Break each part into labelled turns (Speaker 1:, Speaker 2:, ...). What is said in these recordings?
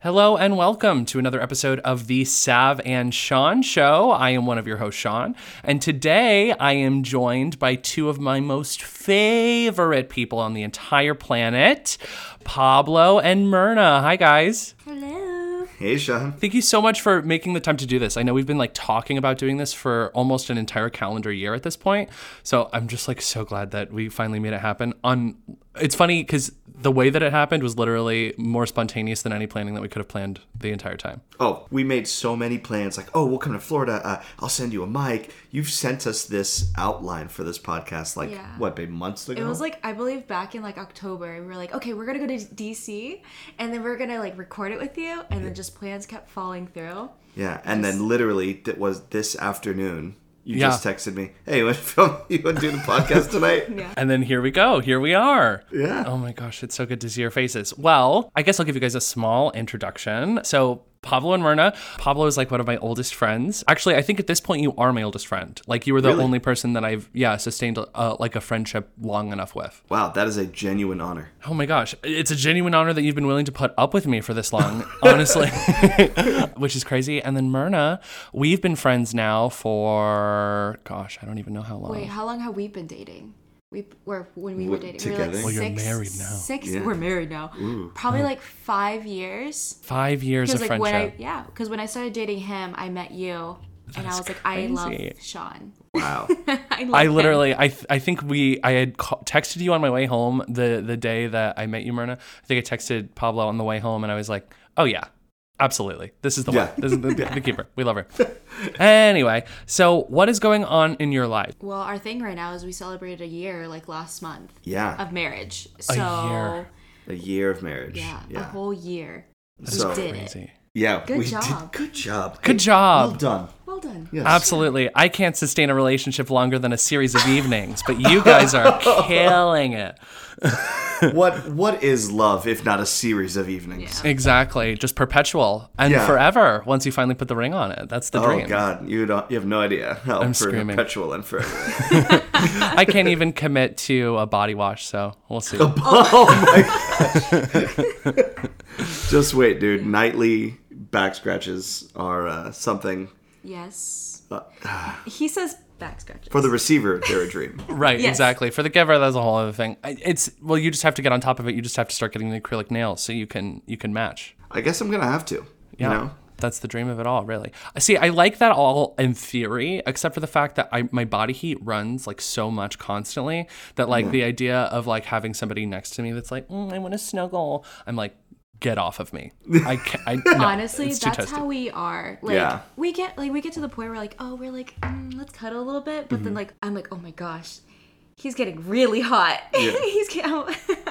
Speaker 1: Hello and welcome to another episode of the Sav and Sean Show. I am one of your hosts, Sean, and today I am joined by two of my most favorite people on the entire planet, Pablo and Myrna. Hi, guys.
Speaker 2: Hey, Sean.
Speaker 1: Thank you so much for making the time to do this. I know we've been like talking about doing this for almost an entire calendar year at this point. So I'm just like so glad that we finally made it happen. On it's funny because the way that it happened was literally more spontaneous than any planning that we could have planned the entire time.
Speaker 2: Oh, we made so many plans. Like, oh, we'll come to Florida. Uh, I'll send you a mic. You've sent us this outline for this podcast, like
Speaker 3: Yeah.
Speaker 2: what, babe, months ago.
Speaker 3: It was like I believe back in like October, we were like, okay, we're gonna go to DC, and then we're gonna like record it with you, and then just plans kept falling through.
Speaker 2: yeah. And then literally, that was this afternoon. You
Speaker 1: Yeah.
Speaker 2: just texted me, "Hey, you want to film? You want to do the podcast tonight?" yeah.
Speaker 1: And then here we go. Here we are.
Speaker 2: Yeah.
Speaker 1: Oh my gosh, it's so good to see your faces. Well, I guess I'll give you guys a small introduction. So, Pablo and Myrna. Pablo is like one of my oldest friends. Actually, I think at this point you are my oldest friend. Like you were the
Speaker 2: Really?
Speaker 1: only person that I've yeah sustained uh, like a friendship long enough with.
Speaker 2: Wow, that is a genuine honor.
Speaker 1: Oh my gosh, it's a genuine honor that you've been willing to put up with me for this long, honestly, which is crazy. And then Myrna, we've been friends now for gosh, I don't even know how long.
Speaker 3: Wait, how long have we been dating? We were when we were
Speaker 2: We're
Speaker 3: dating. We
Speaker 2: together?
Speaker 3: were like
Speaker 2: Well,
Speaker 1: Oh, you're
Speaker 3: six-
Speaker 1: married now.
Speaker 3: Six.
Speaker 2: Yeah.
Speaker 3: We're married now. Probably like five years.
Speaker 1: Five years of
Speaker 3: Because like
Speaker 1: friendship.
Speaker 3: when I yeah, because when I started dating him, I met you, and I was like, I love
Speaker 1: crazy.
Speaker 3: Sean.
Speaker 2: Wow.
Speaker 3: I, love
Speaker 1: I
Speaker 3: him.
Speaker 1: literally, I, th- I think we, I had ca- texted you on my way home the the day that I met you, Myrna. I think I texted Pablo on the way home, and I was like, oh yeah, absolutely, this is the
Speaker 2: Yeah.
Speaker 1: one, this is the, the keeper. We love her. anyway, so what is going on in your life?
Speaker 3: Well, our thing right now is we celebrated a year like last month
Speaker 2: Yeah.
Speaker 3: of marriage. So
Speaker 1: year.
Speaker 2: a year of marriage.
Speaker 3: Yeah,
Speaker 2: Yeah.
Speaker 3: a whole year.
Speaker 2: is
Speaker 3: we did it.
Speaker 1: Crazy.
Speaker 2: yeah.
Speaker 3: Good
Speaker 2: we Did,
Speaker 3: job.
Speaker 2: good job.
Speaker 1: Good job.
Speaker 2: Well done.
Speaker 3: Well done.
Speaker 2: Yes.
Speaker 1: Absolutely. I can't sustain a relationship longer than a series of evenings, but you guys are killing it.
Speaker 2: what What is love if not a series of evenings?
Speaker 1: Exactly. Just perpetual and
Speaker 2: Yeah.
Speaker 1: forever once you finally put the ring on it. That's the
Speaker 2: Oh
Speaker 1: dream.
Speaker 2: God, you don't. You have no idea how
Speaker 1: I'm
Speaker 2: per-
Speaker 1: screaming.
Speaker 2: perpetual and forever.
Speaker 1: I can't even commit to a body wash, so we'll see.
Speaker 2: Just wait, dude. Nightly back scratches are uh, something
Speaker 3: Yes. he says back scratches.
Speaker 2: for the receiver. They're a dream.
Speaker 1: Right,
Speaker 3: Yes.
Speaker 1: exactly. For the giver, that's a whole other thing. I- It's well, you just have to get on top of it. You just have to start getting the acrylic nails so you can you can match.
Speaker 2: I guess I'm gonna have to. You know.
Speaker 1: That's the dream of it all, really. See, I like that all in theory, except for the fact that I my body heat runs like so much constantly that like the idea of like having somebody next to me that's like, mm, I want to snuggle. I'm like, get off of me. I can't. I, no,
Speaker 3: Honestly,
Speaker 1: it's too
Speaker 3: that's
Speaker 1: toasty.
Speaker 3: how we are. Like
Speaker 2: Yeah.
Speaker 3: we get like we get to the point where like oh we're like mm, let's cuddle a little bit, but then
Speaker 2: Mm-hmm.
Speaker 3: like I'm like oh my gosh, he's getting really hot. he's getting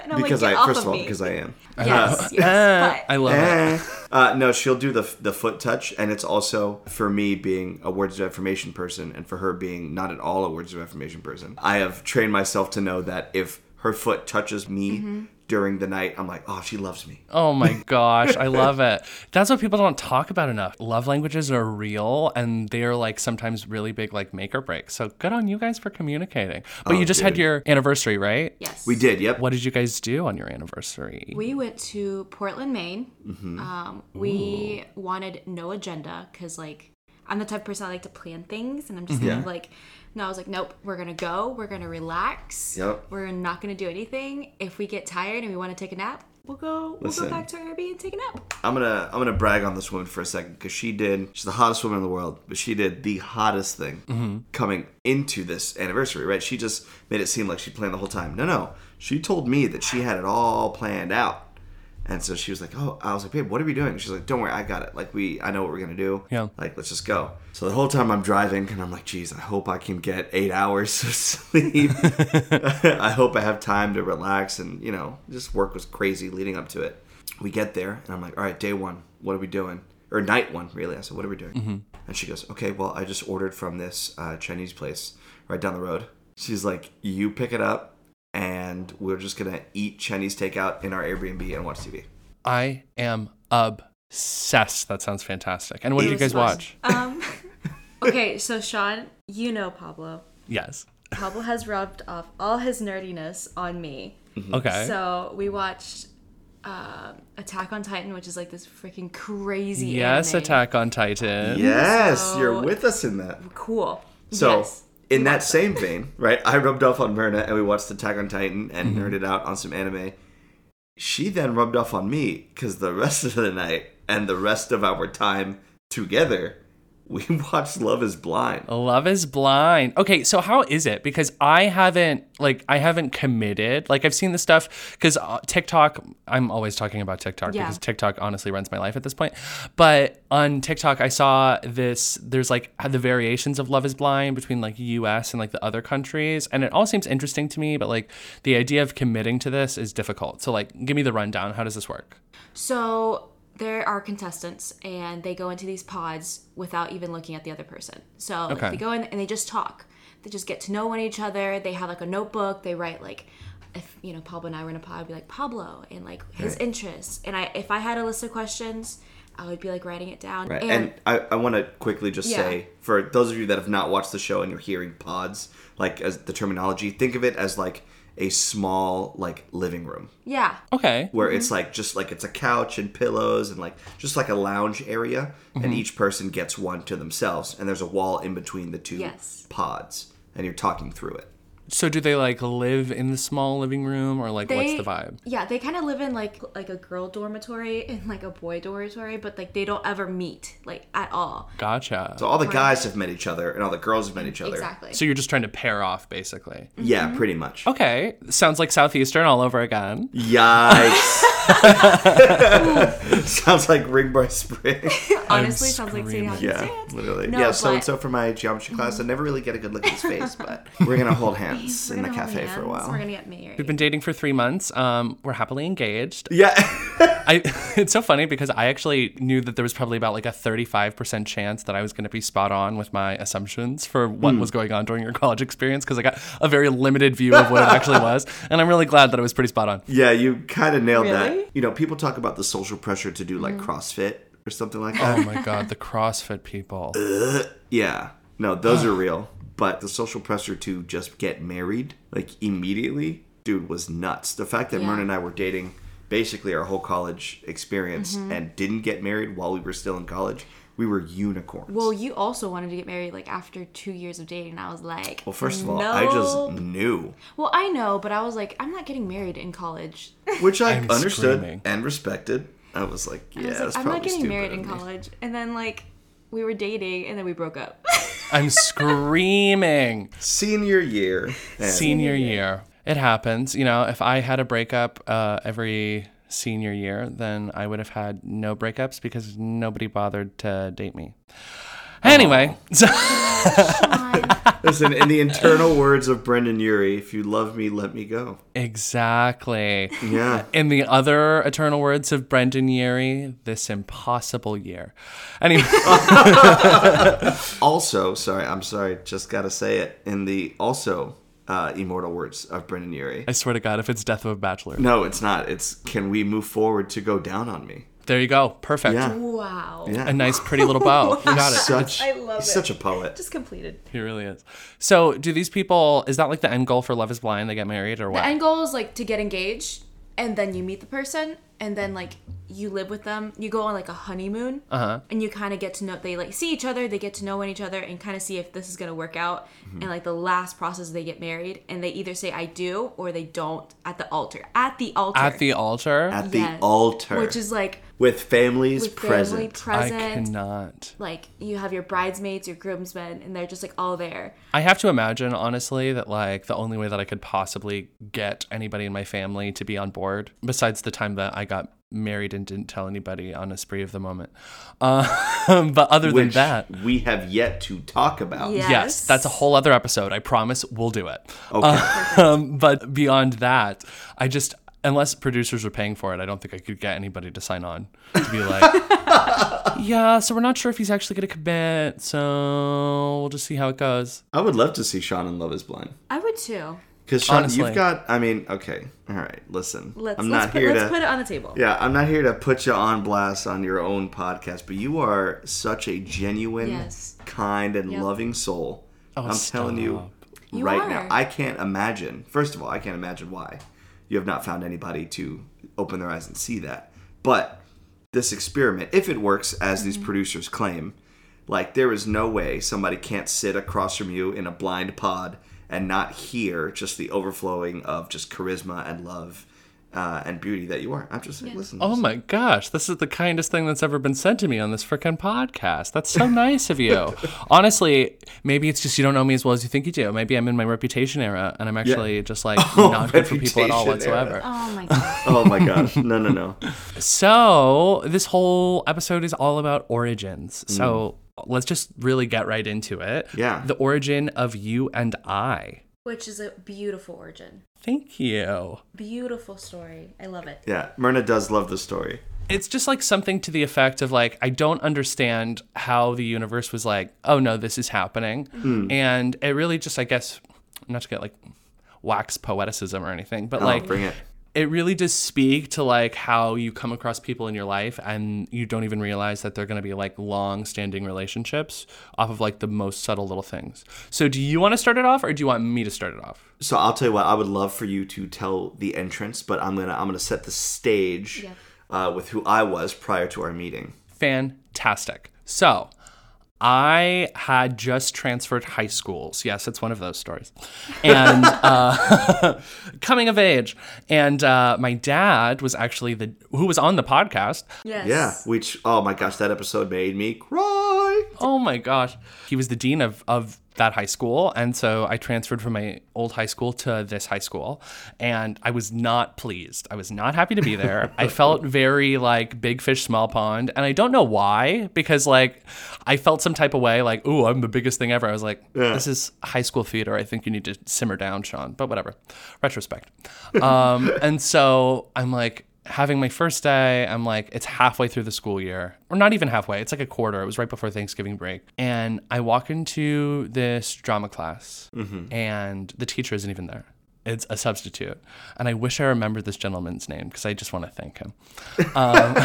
Speaker 3: and I'm
Speaker 2: Because
Speaker 3: like, "Get
Speaker 2: I
Speaker 3: off
Speaker 2: first of all
Speaker 3: me."
Speaker 2: because I am.
Speaker 3: yes,
Speaker 1: Ah,
Speaker 3: yes, but
Speaker 1: I love it.
Speaker 2: Eh. Uh, no, she'll do the the foot touch, and it's also for me being a words of affirmation person, and for her being not at all a words of affirmation person. I have trained myself to know that if her foot touches me
Speaker 3: Mm-hmm.
Speaker 2: during the night, I'm like, oh, she loves me.
Speaker 1: Oh my gosh, I love it. That's what people don't talk about enough. Love languages are real and they're like sometimes really big like make or break. So good on you guys for communicating. But you just had
Speaker 2: dude.
Speaker 1: your anniversary, right?
Speaker 3: yes.
Speaker 2: We did. Yep.
Speaker 1: What did you guys do on your anniversary?
Speaker 3: We went to Portland, Maine.
Speaker 2: Mm-hmm.
Speaker 3: Um, we wanted no agenda because, like, I'm the type of person I like to plan things, and I'm
Speaker 2: Mm-hmm.
Speaker 3: just kind of like, no, I was like, nope, we're gonna go, we're gonna relax,
Speaker 2: Yep.
Speaker 3: we're not gonna do anything. If we get tired and we want to take a nap, we'll go, we'll
Speaker 2: Listen.
Speaker 3: go back to our Airbnb and take a nap.
Speaker 2: I'm gonna I'm gonna brag on this woman for a second because she did. She's the hottest woman in the world, but she did the hottest thing coming into this anniversary. Right? She just made it seem like she planned the whole time. No, no. She told me that she had it all planned out, And so she was like, "Oh," I was like, "Babe, what are we doing?" She's like, "Don't worry, I got it. Like, we, I know what we're gonna do.
Speaker 1: Yeah.
Speaker 2: like let's just go." So the whole time I'm driving, and I'm like, "Geez, I hope I can get eight hours of sleep. I hope I have time to relax." And you know, just work was crazy leading up to it. We get there, and I'm like, "All right, day one, what are we doing?" Or night one, really. I said, "What are we doing?" And she goes, "Okay, well, I just ordered from this uh, Chinese place right down the road." She's like, "You pick it up." And we're just gonna eat Chinese takeout in our Airbnb and watch TV.
Speaker 1: I am obsessed. That sounds fantastic. And what did you guys watch?
Speaker 3: Um, okay, so Sean, you know Pablo.
Speaker 1: Yes.
Speaker 3: Pablo has rubbed off all his nerdiness on me.
Speaker 1: Okay.
Speaker 3: So we watched um Attack on Titan, which is like this freaking crazy.
Speaker 1: yes,
Speaker 3: anime.
Speaker 1: Attack on Titan.
Speaker 2: Yes,
Speaker 3: So-
Speaker 2: you're with us in that.
Speaker 3: Cool.
Speaker 2: So,
Speaker 3: Oh. Yes.
Speaker 2: in that same vein, right? I rubbed off on Myrna and we watched Attack on Titan and nerded out on some anime. She then rubbed off on me because the rest of the night and the rest of our time together, we watched Love is Blind.
Speaker 1: Love is blind. Okay, so how is it? Because I haven't like I haven't committed. Like I've seen the stuff because uh, TikTok. I'm always talking about TikTok
Speaker 3: Yeah.
Speaker 1: because TikTok honestly runs my life at this point. But on TikTok, I saw this. There's like the variations of Love is Blind between like U.S. and like the other countries, and it all seems interesting to me. But like the idea of committing to this is difficult. So like, give me the rundown. How does this work?
Speaker 3: So there are contestants, and they go into these pods without even looking at the other person. So like,
Speaker 1: Okay.
Speaker 3: they go in and they just talk. They just get to know one each other. They have like a notebook. They write like, if you know Pablo and I were in a pod, I'd be like Pablo and like his interests. And I, if I had a list of questions, I would be like writing it down.
Speaker 2: Right. And, I, I want to quickly just
Speaker 3: Yeah.
Speaker 2: say for those of you that have not watched the show and you're hearing pods, like as the terminology, think of it as like a small like living room.
Speaker 3: yeah,
Speaker 1: Okay.
Speaker 2: where it's
Speaker 3: Mm-hmm.
Speaker 2: like just like it's a couch and pillows and like just like a lounge area
Speaker 3: Mm-hmm.
Speaker 2: and each person gets one to themselves and there's a wall in between the two
Speaker 3: Yes.
Speaker 2: pods and you're talking through it
Speaker 1: So do they like live in the small living room or like what's
Speaker 3: They-
Speaker 1: the vibe?
Speaker 3: Yeah, they kind of live in like like a girl dormitory and like a boy dormitory, but like they don't ever meet like at all.
Speaker 1: Gotcha.
Speaker 2: so all the guys have met each other and all the girls have met each other
Speaker 3: Exactly. Mm-hmm. Oh.
Speaker 1: So you're just trying to pair off, basically.
Speaker 2: yeah pretty much
Speaker 1: Okay, sounds like Southeastern all over again.
Speaker 2: yikes sounds like ring by spring
Speaker 3: Honestly, sounds like City Hall.
Speaker 2: yeah literally
Speaker 3: No,
Speaker 2: yeah so and
Speaker 3: but-
Speaker 2: so for my geometry class i never really get a good look at his face but we're gonna hold hands in the cafe for a while
Speaker 3: We're gonna get married.
Speaker 1: We've been dating for three months. Um, we're happily engaged.
Speaker 2: yeah
Speaker 1: I, it's so funny because I actually knew that there was probably about like a 35% chance that I was going to be spot on with my assumptions for what was going on during your college experience because I got a very limited view of what it actually was. And I'm really glad that it was pretty spot on.
Speaker 2: Yeah, you kind of nailed
Speaker 3: Really?
Speaker 2: that. You know, people talk about the social pressure to do like CrossFit or something like that.
Speaker 1: Oh my God, the CrossFit people.
Speaker 2: Yeah. No, those are real. But the social pressure to just get married, like immediately, dude, was nuts. The fact that Myrna and I were dating basically our whole college experience and didn't get married while we were still in college, we were unicorns.
Speaker 3: well, you also wanted to get married like after two years of dating, and I was like,
Speaker 2: Well, first of all, I just
Speaker 3: "No."
Speaker 2: knew,
Speaker 3: Well, I know, but I was like, I'm not getting married in college.
Speaker 2: which I
Speaker 1: I'm
Speaker 2: understood
Speaker 1: screaming.
Speaker 2: and respected. I was like, yeah,
Speaker 3: I was
Speaker 2: that's
Speaker 3: like, I'm
Speaker 2: probably
Speaker 3: not getting
Speaker 2: stupid
Speaker 3: married
Speaker 2: of
Speaker 3: in
Speaker 2: me.
Speaker 3: college. And then like we were dating, and then we broke up.
Speaker 1: I'm screaming.
Speaker 2: Senior year. and-
Speaker 1: senior year. It happens. You know, if I had a breakup uh, every senior year, then I would have had no breakups because nobody bothered to date me. Anyway, so
Speaker 2: Listen, in the internal words of Brendan Urie, if you love me, let me go.
Speaker 1: exactly.
Speaker 2: Yeah.
Speaker 1: In the other eternal words of Brendan Yeary, this impossible year. Anyway,
Speaker 2: Also, sorry, I'm sorry, just gotta say it. In the also uh, immortal words of Brendan Urie.
Speaker 1: I swear to God, if it's Death of a Bachelor,
Speaker 2: No, it's not. It's can we move forward to go down on me?
Speaker 1: there you go. Perfect.
Speaker 2: Yeah.
Speaker 3: wow.
Speaker 2: Yeah.
Speaker 1: A nice, pretty little bow. You got it.
Speaker 2: Such,
Speaker 3: I love
Speaker 2: he's
Speaker 3: it.
Speaker 2: such a poet.
Speaker 3: Just completed.
Speaker 1: He really is. So, do these people? Is that like the end goal for Love Is Blind? They get married or what?
Speaker 3: The end goal is like to get engaged, and then you meet the person, and then like you live with them. You go on like a honeymoon,
Speaker 1: Uh-huh.
Speaker 3: and you kind of get to know. They like see each other, they get to know one each other, and kind of see if this is gonna work out.
Speaker 1: Mm-hmm.
Speaker 3: And like the last process, they get married, and they either say I do or they don't at the altar. At the altar.
Speaker 1: At the altar.
Speaker 2: At the
Speaker 3: Yes.
Speaker 2: altar.
Speaker 3: Which is like
Speaker 2: with families
Speaker 3: with family
Speaker 2: present.
Speaker 3: present.
Speaker 1: I cannot.
Speaker 3: Like you have your bridesmaids, your groomsmen, and they're just like all there.
Speaker 1: I have to imagine, honestly, that like the only way that I could possibly get anybody in my family to be on board, besides the time that I got married and didn't tell anybody on a spree of the moment. Uh, but other than
Speaker 2: Which
Speaker 1: that,
Speaker 2: we have yet to talk about.
Speaker 1: yes. that's a whole other episode. I promise we'll do it.
Speaker 2: Okay.
Speaker 1: Um, but beyond that, I just unless producers were paying for it, I don't think I could get anybody to sign on to be like, yeah. So we're not sure if he's actually going to commit. So we'll just see how it goes.
Speaker 2: I would love to see Sean in Love Is Blind
Speaker 3: I would too.
Speaker 2: because Sean,
Speaker 1: Honestly.
Speaker 2: you've got. I mean, okay, all right. Listen,
Speaker 3: Let's
Speaker 2: I'm
Speaker 3: let's,
Speaker 2: not
Speaker 3: put,
Speaker 2: here
Speaker 3: let's
Speaker 2: to.
Speaker 3: put it on the table.
Speaker 2: yeah, I'm not here to put you on blast on your own podcast, but you are such a genuine,
Speaker 3: Yes.
Speaker 2: kind, and loving soul.
Speaker 1: Oh,
Speaker 2: I'm telling you
Speaker 3: You
Speaker 2: right
Speaker 3: are.
Speaker 2: now, I can't imagine. First of all, I can't imagine why you have not found anybody to open their eyes and see that. But this experiment, if it works as these
Speaker 3: Mm-hmm.
Speaker 2: producers claim, like there is no way somebody can't sit across from you in a blind pod and not hear just the overflowing of just charisma and love uh, and beauty that you are. I'm just like, listen.
Speaker 1: Oh my gosh, this is the kindest thing that's ever been said to me on this freaking podcast. That's so nice of you. Honestly, maybe it's just you don't know me as well as you think you do. Maybe I'm in my reputation era and I'm actually just like not good for people at all
Speaker 2: Oh, reputation era.
Speaker 1: whatsoever.
Speaker 3: Oh my god.
Speaker 2: oh my gosh. No, no, no.
Speaker 1: So, this whole episode is all about origins. So, let's just really get right into it.
Speaker 2: Mm. Yeah.
Speaker 1: The origin of you and I.
Speaker 3: Which is a beautiful origin.
Speaker 1: Thank you.
Speaker 3: Beautiful story. I love it.
Speaker 2: Yeah, Myrna does love the story.
Speaker 1: It's just like something to the effect of like I don't understand how the universe was like, oh no, this is happening,
Speaker 2: Hmm.
Speaker 1: and it really just I guess not to get like wax poeticism or anything, but
Speaker 2: Oh,
Speaker 1: like
Speaker 2: bring it.
Speaker 1: it really does speak to like how you come across people in your life and you don't even realize that they're going to be like long-standing relationships off of like the most subtle little things. So do you want to start it off or do you want me to start it off?
Speaker 2: So I'll tell you what. I would love for you to tell the entrance, but I'm gonna I'm gonna set the stage uh, with who I was prior to our meeting.
Speaker 1: fantastic. So, I had just transferred high schools. Yes, it's one of those stories. And uh, coming of age. And uh, my dad was actually the who was on the podcast.
Speaker 3: Yes.
Speaker 2: Yeah, which oh my gosh, that episode made me cry.
Speaker 1: Oh my gosh. He was the dean of, of that high school. And so I transferred from my old high school to this high school. And I was not pleased. I was not happy to be there. I felt very like big fish, small pond. And I don't know why, because like I felt some type of way like, ooh, I'm the biggest thing ever. I was like, this is high school theater. I think you need to simmer down, Sean. But whatever. Retrospect. Um, and so I'm like, having my first day. I'm like, it's halfway through the school year, or not even halfway. It's like a quarter. It was right before Thanksgiving break, and I walk into this drama class, and the teacher isn't even there. It's a substitute, and I wish I remembered this gentleman's name because I just want to thank him.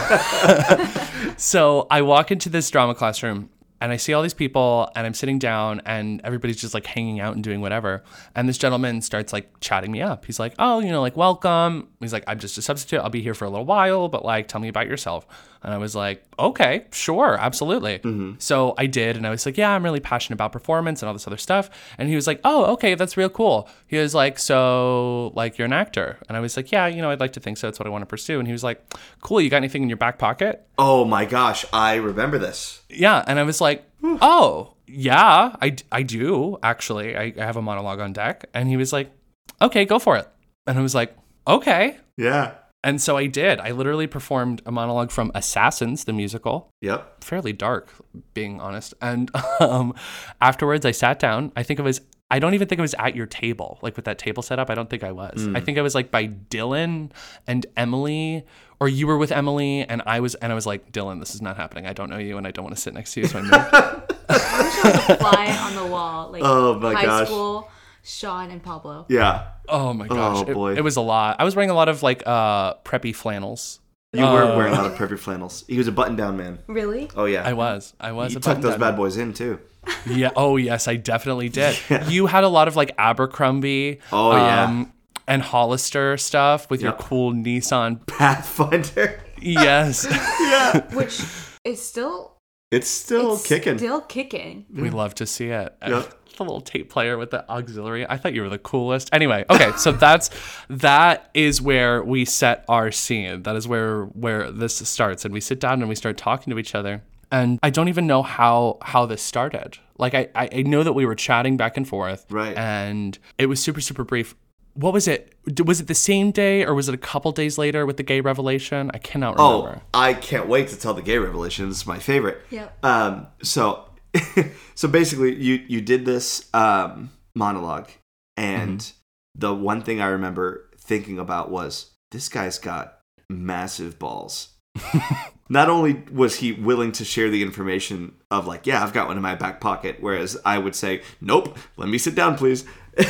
Speaker 1: Um, so I walk into this drama classroom. And I see all these people, and I'm sitting down, and everybody's just like hanging out and doing whatever. And this gentleman starts like chatting me up. He's like, "Oh, you know, like welcome." He's like, "I'm just a substitute. I'll be here for a little while, but like, tell me about yourself." And I was like, "Okay, sure, absolutely." So I did, and I was like, "Yeah, I'm really passionate about performance and all this other stuff." And he was like, "Oh, okay, that's real cool." He was like, "So, like, you're an actor?" And I was like, "Yeah, you know, I'd like to think so. It's what I want to pursue." And he was like, "Cool. You got anything in your back pocket?"
Speaker 2: Oh my gosh, I remember this.
Speaker 1: yeah and i was like oh yeah i, I do actually I, I have a monologue on deck and he was like okay go for it and i was like okay
Speaker 2: Yeah.
Speaker 1: and so i did i literally performed a monologue from assassins the musical
Speaker 2: Yep.
Speaker 1: fairly dark, being honest. And um, afterwards, I sat down. I think it was. I don't even think it was at your table, like with that table set up. I don't think I was. I think I was like by Dylan and Emily, or you were with Emily and I was, and I was like, Dylan, this is not happening. I don't know you, and I don't want to sit next to you. So I moved.
Speaker 3: Fly on the wall. Like
Speaker 2: Oh my
Speaker 3: high
Speaker 2: gosh.
Speaker 3: school, Sean and Pablo.
Speaker 2: Yeah.
Speaker 1: oh my gosh,
Speaker 2: Oh, boy.
Speaker 1: It, it was a lot. I was wearing a lot of like uh, preppy flannels.
Speaker 2: You were wearing a lot of purple flannels. He was a button-down man.
Speaker 3: Really?
Speaker 2: Oh yeah.
Speaker 1: I was. I was.
Speaker 2: you
Speaker 1: a
Speaker 2: tucked those
Speaker 1: button-down.
Speaker 2: bad boys in too.
Speaker 1: Yeah. Oh, yes, I definitely did. You had a lot of like Abercrombie. um,
Speaker 2: Oh, yeah.
Speaker 1: And Hollister stuff with your
Speaker 2: Yep.
Speaker 1: cool Nissan.
Speaker 2: Pathfinder.
Speaker 1: Yes,
Speaker 3: Which is still
Speaker 2: It's still
Speaker 3: it's
Speaker 2: kicking.
Speaker 3: Still kicking.
Speaker 1: we love to see it.
Speaker 2: Yep.
Speaker 1: The little tape player with the auxiliary. I thought you were the coolest. Anyway, okay, so that's that is where we set our scene. That is where where this starts, and we sit down and we start talking to each other. And I don't even know how how this started. Like I I I know that we were chatting back and forth,
Speaker 2: Right.
Speaker 1: And it was super super brief. what was it? D- Was it the same day or was it a couple days later with the gay revelation? I cannot
Speaker 2: Oh,
Speaker 1: remember.
Speaker 2: I can't wait to tell the gay revelation. It's my favorite.
Speaker 3: Yep.
Speaker 2: Um, so, so basically, you you did this um, monologue, and the one thing I remember thinking about was this guy's got massive balls. Not only was he willing to share the information of like, yeah, I've got one in my back pocket, whereas I would say, nope, let me sit down, please.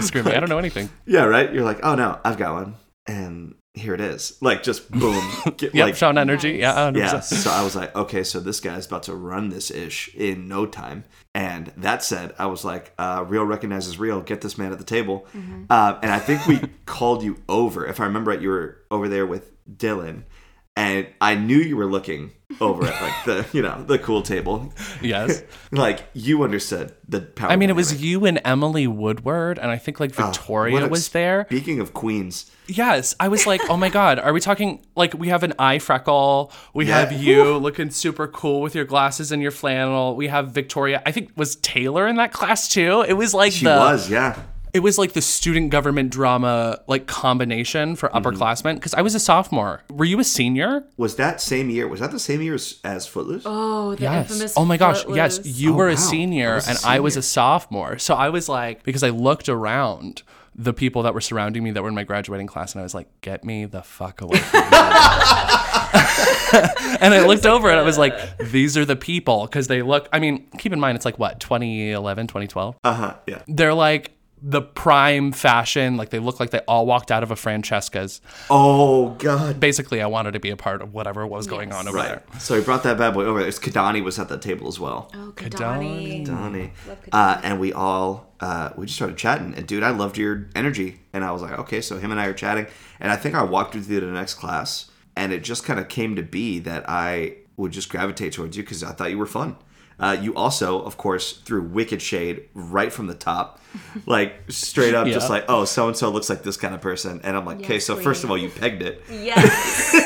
Speaker 1: Screw me. I don't know anything.
Speaker 2: Yeah, right. You're like, oh no, I've got one, and here it is. Like, just boom.
Speaker 1: Yep,
Speaker 2: Get, like,
Speaker 1: Sean Energy.
Speaker 3: Nice.
Speaker 1: Yeah, 100%.
Speaker 2: yeah. So I was like, okay, so this guy's about to run this ish in no time. And that said, I was like, uh, real recognizes real. Get this man at the table.
Speaker 1: Mm-hmm.
Speaker 2: Um, and I think we called you over. If I remember right, you were over there with Dylan, and I knew you were looking over at like the you know the cool table.
Speaker 1: Yes.
Speaker 2: Like you understood the power.
Speaker 1: I mean, it was
Speaker 2: dynamic.
Speaker 1: you and Emily Woodward, and I think like Victoria
Speaker 2: Oh, What a-
Speaker 1: was there.
Speaker 2: Speaking of queens,
Speaker 1: Yes, I was like, oh my god, are we talking like we have an eye freckle? We
Speaker 2: Yeah.
Speaker 1: have you looking super cool with your glasses and your flannel. We have Victoria. I think was Taylor in that class too. It was like
Speaker 2: she
Speaker 1: the
Speaker 2: was yeah.
Speaker 1: it was like the student government drama like combination for
Speaker 2: Mm-hmm.
Speaker 1: upperclassmen. Because I was a sophomore. Were you a senior?
Speaker 2: Was that same year? Was that the same year as, as Footloose?
Speaker 3: Oh, the infamous.
Speaker 1: Oh my gosh. Yes,
Speaker 3: Footloose.
Speaker 1: you were
Speaker 2: Oh, wow.
Speaker 1: a senior
Speaker 2: I was a
Speaker 1: and I was
Speaker 2: senior.
Speaker 1: a sophomore. So I was like, because I looked around the people that were surrounding me that were in my graduating class, and I was like, get me the fuck away from me. and I looked over and I was like, these are the people. Because they look, I mean, keep in mind, it's like what, 2011, 2012?
Speaker 2: Uh huh. Yeah.
Speaker 1: They're like, the prime fashion, like they look like they all walked out of a Francesca's.
Speaker 2: Oh God.
Speaker 1: Basically, I wanted to be a part of whatever was going on over
Speaker 2: Right.
Speaker 1: there.
Speaker 2: So he brought that bad boy over. It's Kadani was at that table as well.
Speaker 3: Oh, Kadani.
Speaker 2: Kadani. Uh, and we all uh, we just started chatting. And dude, I loved your energy. And I was like, okay, so him and I are chatting. And I think I walked with you to the next class. And it just kind of came to be that I would just gravitate towards you because I thought you were fun. Uh, you also, of course, threw wicked shade right from the top, like straight up, just
Speaker 1: Yeah.
Speaker 2: like, oh, so and so looks like this kind of person, and I'm like, okay, so first of all, you pegged it,
Speaker 3: Yes.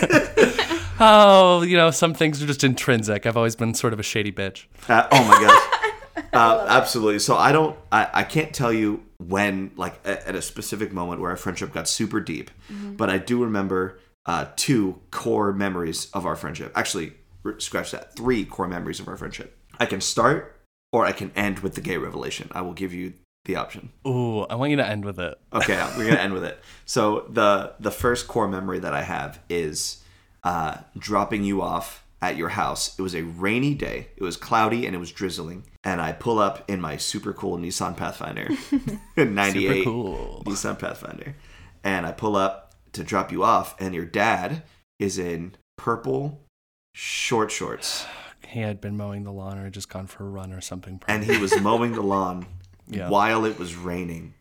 Speaker 1: Oh, you know, some things are just intrinsic. I've always been sort of a shady bitch.
Speaker 2: Uh, oh my gosh. Uh, absolutely. So I don't, I, I can't tell you when, like a- at a specific moment where our friendship got super deep, but I do remember uh, two core memories of our friendship. Actually, r- scratch that. Three core memories of our friendship. I can start or I can end with the gay revelation. I will give you the option.
Speaker 1: Ooh, I want you to end with it.
Speaker 2: Okay, we're gonna end with it. So the the first core memory that I have is uh, dropping you off at your house. It was a rainy day. It was cloudy and it was drizzling. And I pull up in my super cool Nissan Pathfinder, '98
Speaker 1: cool.
Speaker 2: Nissan Pathfinder, and I pull up to drop you off. And your dad is in purple short shorts,
Speaker 1: He had been mowing the lawn or had just gone for a run or something.
Speaker 2: and he was mowing the lawn
Speaker 1: Yeah.
Speaker 2: while it was raining.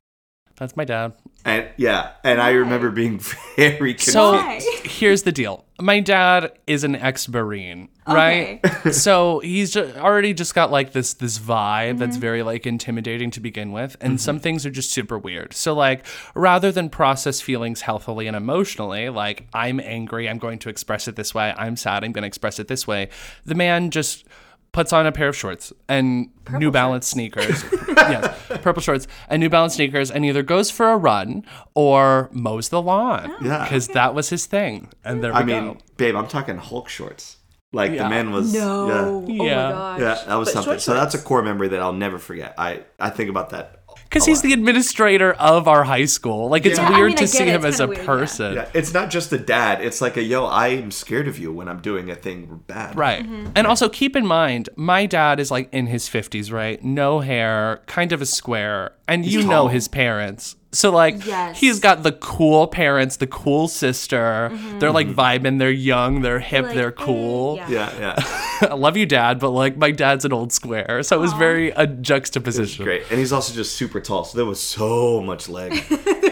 Speaker 1: That's my dad.
Speaker 2: And yeah, and I remember being very confused.
Speaker 1: So
Speaker 3: Why?
Speaker 1: here's the deal. My dad is an ex Marine, right? so he's ju- already just got like this this vibe that's
Speaker 3: Mm-hmm.
Speaker 1: very like intimidating to begin with, and some things are just super weird. So like rather than process feelings healthily and emotionally, like I'm angry, I'm going to express it this way. I'm sad, I'm going to express it this way. The man just puts on a pair of shorts and New Balance sneakers. yes, purple shorts and New Balance sneakers, and either goes for a run or mows the
Speaker 3: Oh.
Speaker 1: lawn.
Speaker 2: Yeah.
Speaker 1: because that was his thing. And there we
Speaker 2: I mean,
Speaker 1: go.
Speaker 2: babe, I'm talking Hulk shorts. Like the
Speaker 1: Yeah.
Speaker 2: man was
Speaker 3: No.
Speaker 1: Yeah.
Speaker 3: Oh
Speaker 1: Yeah.
Speaker 3: my gosh.
Speaker 2: Yeah, yeah, that was
Speaker 3: But
Speaker 2: something.
Speaker 3: short
Speaker 2: So that's a core memory that I'll never forget. I I think about that.
Speaker 1: Because he's the administrator of our high school. Like it's
Speaker 3: Yeah, I
Speaker 1: weird
Speaker 3: mean, I
Speaker 1: to
Speaker 3: get
Speaker 1: see
Speaker 3: it.
Speaker 1: him
Speaker 3: It's
Speaker 1: as a
Speaker 3: kinda weird, yeah.
Speaker 1: person.
Speaker 2: Yeah, it's not just the dad. It's like a yo, I'm scared of you when I'm doing a thing bad.
Speaker 1: Right.
Speaker 3: Mm-hmm.
Speaker 1: And also keep in mind, my dad is like in his 50s, right? No hair, kind of a square. And you know
Speaker 2: tall.
Speaker 1: his parents. So, like,
Speaker 3: Yes.
Speaker 1: he's got the cool parents, the cool sister. They're
Speaker 2: Mm-hmm.
Speaker 1: like vibing, they're young, they're hip,
Speaker 3: Mm-hmm. Like,
Speaker 1: they're
Speaker 3: eh,
Speaker 1: cool.
Speaker 3: yeah.
Speaker 2: Yeah, yeah,
Speaker 1: I love you, dad, but like, my dad's an old square. So it was very a juxtaposition.
Speaker 2: great. And he's also just super tall, so there was so much leg.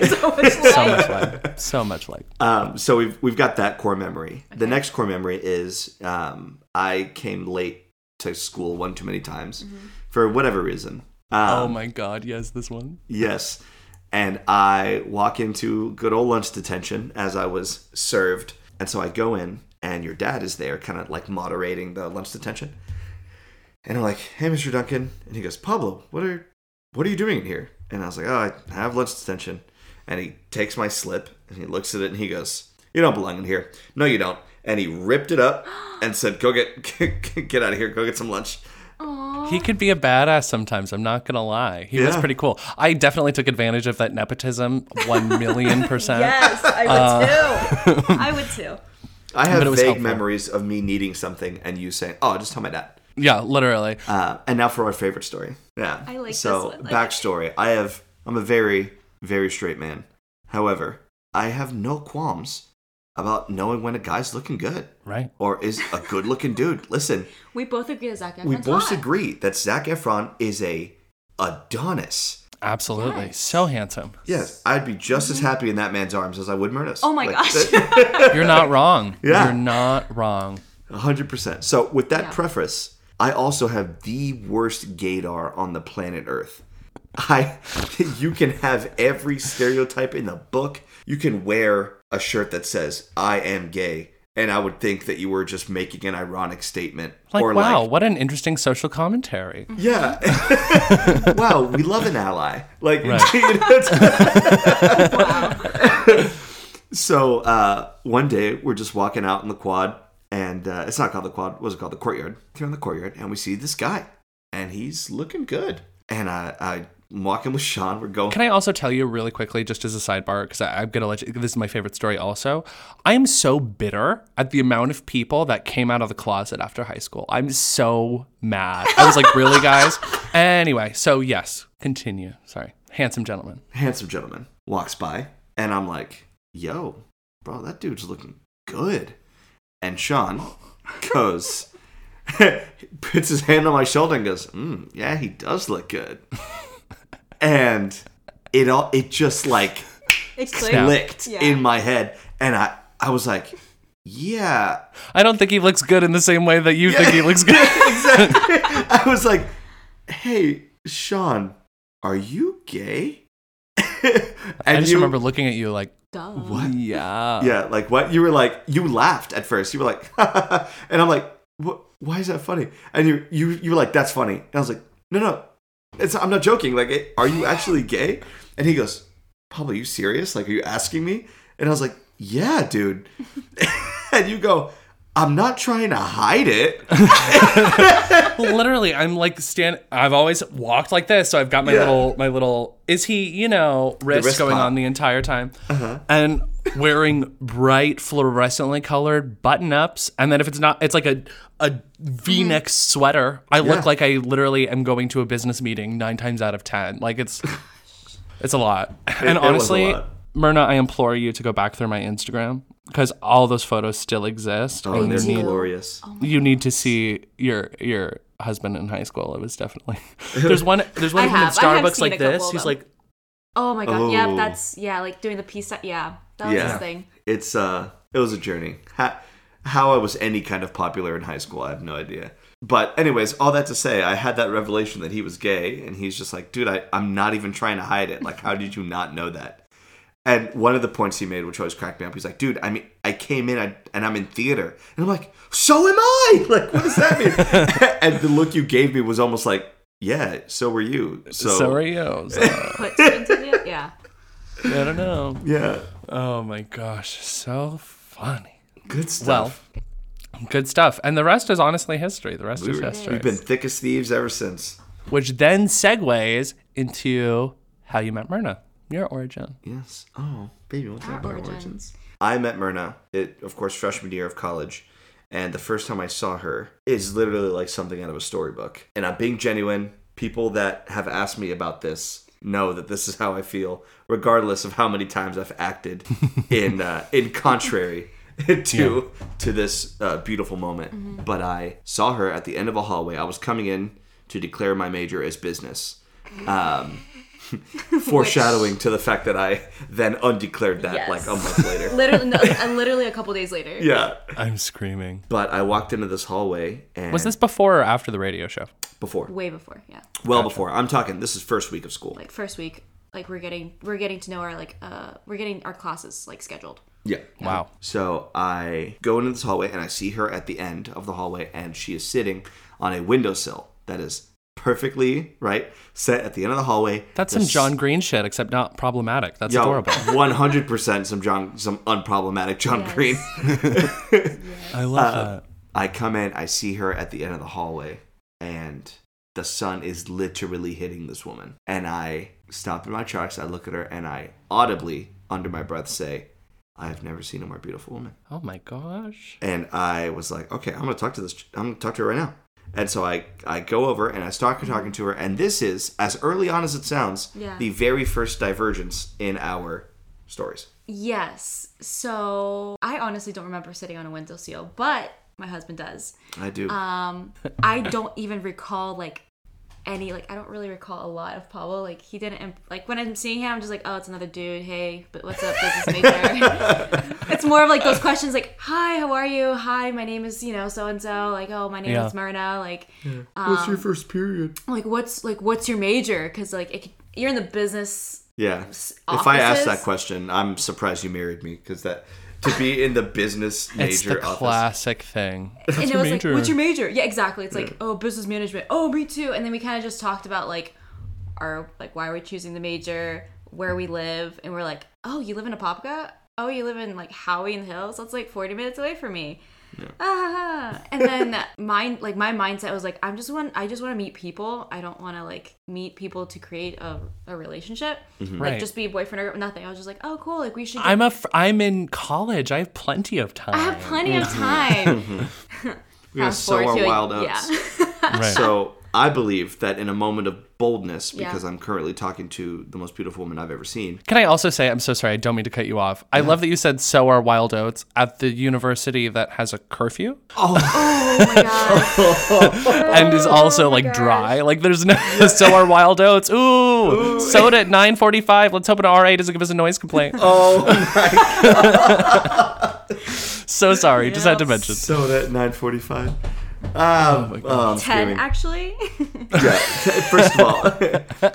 Speaker 1: So much like. So much like.
Speaker 2: Um, so we've we've got that core memory. The next core memory is um, I came late to school one too many times
Speaker 3: Mm-hmm.
Speaker 2: for whatever reason. Um,
Speaker 1: oh my God. Yes, this one.
Speaker 2: Yes. And I walk into good old lunch detention as I was served. And so I go in, and your dad is there, kind of like moderating the lunch detention. And I'm like, hey, Mr. Duncan. And he goes, Pablo, what are what are you doing in here? And I was like, oh, I have lunch detention. And he takes my slip and he looks at it and he goes, you don't belong in here. No, you don't. And he ripped it up and said, go get get out of here. Go get some lunch.
Speaker 1: He could be a badass sometimes. I'm not gonna lie. He was
Speaker 2: Yeah.
Speaker 1: pretty cool. I definitely took advantage of that nepotism, one million percent.
Speaker 4: Yes, I would
Speaker 1: Uh,
Speaker 4: too. I would too.
Speaker 2: I have
Speaker 1: But it
Speaker 2: vague
Speaker 1: was helpful.
Speaker 2: memories of me needing something and you saying, oh, just tell my dad.
Speaker 1: Yeah, literally.
Speaker 2: Uh, and now for our favorite story. Yeah.
Speaker 3: I like
Speaker 2: so
Speaker 3: this one. I like
Speaker 2: backstory. I have. I'm a very very straight man. However, I have no qualms about knowing when a guy's looking good
Speaker 1: Right.
Speaker 2: or is a good looking dude. Listen,
Speaker 3: We both agree that Zach Efron's
Speaker 2: we both
Speaker 3: hot.
Speaker 2: agree that Zach Efron is a Adonis.
Speaker 1: Absolutely.
Speaker 3: Yes.
Speaker 1: So handsome.
Speaker 2: Yes, I'd be just as happy in that man's arms as I would Myrtis.
Speaker 3: Mm-hmm. Oh my gosh.
Speaker 1: You're not wrong.
Speaker 2: Yeah.
Speaker 1: You're not wrong.
Speaker 2: hundred percent. So with that
Speaker 3: Yeah.
Speaker 2: preface, I also have the worst gaydar on the planet Earth. I, you can have every stereotype in the book. You can wear a shirt that says "I am gay," and I would think that you were just making an ironic statement,
Speaker 1: Like, wow,
Speaker 2: like,
Speaker 1: what an interesting social commentary.
Speaker 2: yeah, wow, we love an ally. Like,
Speaker 1: Right.
Speaker 2: you know, it's- so uh, one day we're just walking out in the quad, and uh, it's not called the quad. What's it called? The courtyard. Here in the courtyard, and we see this guy, and he's looking good. And I, I I'm walking with Sean. We're going.
Speaker 1: Can I also tell you really quickly, just as a sidebar, because I'm gonna let you. This is my favorite story. Also, I am so bitter at the amount of people that came out of the closet after high school. I'm so mad. I was like, really, guys. Anyway, so yes, continue. Sorry, handsome gentleman.
Speaker 2: handsome gentleman walks by and i'm like yo bro that dude's looking good and sean goes puts his hand on my shoulder and goes mm, yeah he does look good and it all it just like
Speaker 4: It's
Speaker 1: Yeah.
Speaker 2: clicked in my head and i i was like yeah
Speaker 1: I don't think he looks good in the same way that you think he looks good.
Speaker 2: exactly. I was like, "Hey, Sean, are you gay?" and
Speaker 1: I just
Speaker 2: you,
Speaker 1: remember looking at you like,
Speaker 3: Duh.
Speaker 2: what?
Speaker 1: yeah,
Speaker 2: Yeah, like what? You were like, you laughed at first. You were like, and I'm like, what? Why is that funny? And you, you, you were like, that's funny. And I was like, no, no, it's. I'm not joking. Like, it, are you actually gay? And he goes, Pablo, are you serious? Like, are you asking me? And I was like, yeah, dude. and you go, I'm not trying to hide it.
Speaker 1: literally i'm like stand i've always walked like this so i've got my
Speaker 2: Yeah.
Speaker 1: little my little is he you know wrist,
Speaker 2: wrist
Speaker 1: going
Speaker 2: pop. Uh-huh.
Speaker 1: on the entire time and wearing bright fluorescently colored button ups and then if it's not it's like a a v-neck sweater i
Speaker 2: Mm-hmm. Yeah.
Speaker 1: look like i literally am going to a business meeting nine times out of ten like it's it's a lot and
Speaker 2: it was a
Speaker 1: honestly
Speaker 2: lot.
Speaker 1: myrna i implore you to go back through my instagram because all those photos still exist
Speaker 2: Oh, and
Speaker 1: you
Speaker 2: they're
Speaker 1: need-
Speaker 2: glorious.
Speaker 1: you need to see your your husband in high school. It was definitely there's one there's one
Speaker 3: I
Speaker 1: of him in
Speaker 3: have- I have
Speaker 1: Starbucks
Speaker 3: seen
Speaker 1: like
Speaker 3: a couple
Speaker 1: this.
Speaker 3: of
Speaker 1: He's
Speaker 3: them.
Speaker 1: like
Speaker 3: Oh my god. Yeah,
Speaker 2: Oh.
Speaker 3: that's yeah, like doing the peace sign. Yeah, that was
Speaker 2: Yeah.
Speaker 3: his thing.
Speaker 2: It's uh, it was a journey. How, how I was any kind of popular in high school, I have no idea. But anyways, all that to say, I had that revelation that he was gay, and he's just like, dude, I, I'm not even trying to hide it. Like, how did you not know that? And one of the points he made, which always cracked me up, he's like, dude, I mean, I came in I, and I'm in theater, and I'm like, so am I. Like, what does that mean? and the look you gave me was almost like, yeah, so were you. So,
Speaker 1: so are you. So,
Speaker 3: Put two and two together. Yeah.
Speaker 1: I don't know.
Speaker 2: yeah,
Speaker 1: Oh my gosh, so funny.
Speaker 2: good stuff.
Speaker 1: Well, good stuff. And the rest is honestly history. The rest is history.
Speaker 2: We've been thick as thieves ever since.
Speaker 1: Which then segues into how you met Myrna, your origin.
Speaker 2: Yes. Oh, baby, what's
Speaker 3: Our
Speaker 2: happening at
Speaker 3: origins.
Speaker 2: I met Myrna, it, of course, freshman year of college. And the first time I saw her is literally like something out of a storybook. And I'm being genuine. People that have asked me about this know that this is how I feel, regardless of how many times I've acted in uh, in contrary to to this uh, beautiful moment. But I saw her at the end of a hallway. I was coming in to declare my major as business. Um, foreshadowing to the fact that I then undeclared that like a month later.
Speaker 3: Literally, no, uh, literally a couple days later.
Speaker 2: Yeah.
Speaker 1: I'm screaming.
Speaker 2: But I walked into this hallway and
Speaker 1: Was this before or after the radio show?
Speaker 2: before?
Speaker 3: Way before. Yeah.
Speaker 2: Well before. I'm talking this is first week of school.
Speaker 3: Like first week, like we're getting we're getting to know our like uh we're getting our classes like scheduled.
Speaker 2: yeah.
Speaker 1: Wow.
Speaker 2: So I go into this hallway and I see her at the end of the hallway and she is sitting on a windowsill that is perfectly right, set at the end of the hallway.
Speaker 1: That's
Speaker 2: The
Speaker 1: some John Green shit, except not problematic. That's adorable.
Speaker 2: One hundred percent, some John, some unproblematic John
Speaker 3: Yes.
Speaker 2: Green.
Speaker 1: I love that.
Speaker 2: I come in, I see her at the end of the hallway, and the sun is literally hitting this woman. And I stop in my tracks, I look at her, and I audibly, under my breath, say, "I have never seen a more beautiful woman."
Speaker 1: Oh my gosh.
Speaker 2: And I was like, "Okay, I'm gonna talk to this. ch- I'm gonna talk to her right now." And so I, I go over and I start talking to her, and this is, as early on as it sounds,
Speaker 3: Yeah.
Speaker 2: the very first divergence in our stories.
Speaker 3: Yes. So I honestly don't remember sitting on a windowsill, but my husband does.
Speaker 2: I do.
Speaker 3: Um, I don't even recall like any like I don't really recall a lot of Pablo. Like he didn't imp- like when I'm seeing him, I'm just like, oh, it's another dude. Hey, but what's up, business major? it's more of like those questions like, hi, how are you? Hi, my name is you know so and so. Like, oh, my name
Speaker 1: Yeah.
Speaker 3: is Myrna. Like, um,
Speaker 2: What's your first period?
Speaker 3: like what's like what's your major? Because like it, you're in the business.
Speaker 2: Yeah. If I asked that
Speaker 3: offices?
Speaker 2: question, I'm surprised you married me because that to be in the business major
Speaker 1: It's the
Speaker 2: office.
Speaker 1: classic thing.
Speaker 3: and it was like, "What's your major?" Yeah, exactly. It's like, "Oh, business management." Oh, me too. And then we kind of just talked about like our like why we're choosing the major, where we live, and we're like, "Oh, you live in Apopka? Oh, you live in like Howie in the hills? That's like 40 minutes away from me." Ah. And then mine like my mindset was like, "I'm just want I just want to meet people. I don't want to like meet people to create a, a relationship. Like
Speaker 1: Right.
Speaker 3: just be boyfriend or nothing." I was just like, "Oh, cool. Like we should." get
Speaker 1: I'm a f- I'm in college. I have plenty of time.
Speaker 3: I have plenty of time.
Speaker 2: We're gonna
Speaker 3: Fast
Speaker 2: sow
Speaker 3: forward
Speaker 2: our
Speaker 3: to a-
Speaker 2: wild
Speaker 3: yeah.
Speaker 2: oats. So I believe that in a moment of boldness, because
Speaker 3: Yeah.
Speaker 2: I'm currently talking to the most beautiful woman I've ever seen.
Speaker 1: Can I also say I'm so sorry. I don't mean to cut you off. I love that you said sow our wild oats at the university that has a curfew
Speaker 3: Oh my god.
Speaker 1: and is also
Speaker 3: Oh
Speaker 1: like dry. Like there's no sow our wild oats. Ooh, sow it at 9:45. Let's hope an RA doesn't give us a noise complaint.
Speaker 2: Oh,
Speaker 1: so sorry. Just had to mention.
Speaker 2: so that 9:45. Um, oh, I'm
Speaker 3: 10
Speaker 2: screaming.
Speaker 3: actually
Speaker 2: Yeah. First of all,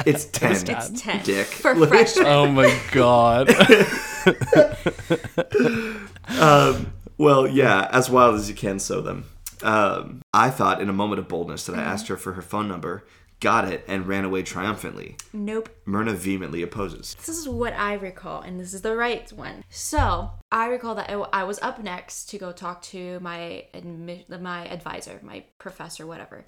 Speaker 2: it's ten. It's
Speaker 3: 10
Speaker 2: Dick.
Speaker 3: for freshmen
Speaker 1: Oh my god.
Speaker 2: Well, yeah, as wild as you can sow them. Um, I thought in a moment of boldness
Speaker 3: Mm-hmm.
Speaker 2: that I asked her for her phone number, got it, and ran away triumphantly.
Speaker 3: nope
Speaker 2: Myrna vehemently opposes.
Speaker 3: this is what i recall and this is the right one so i recall that I- i was up next to go talk to my admi- my advisor my professor whatever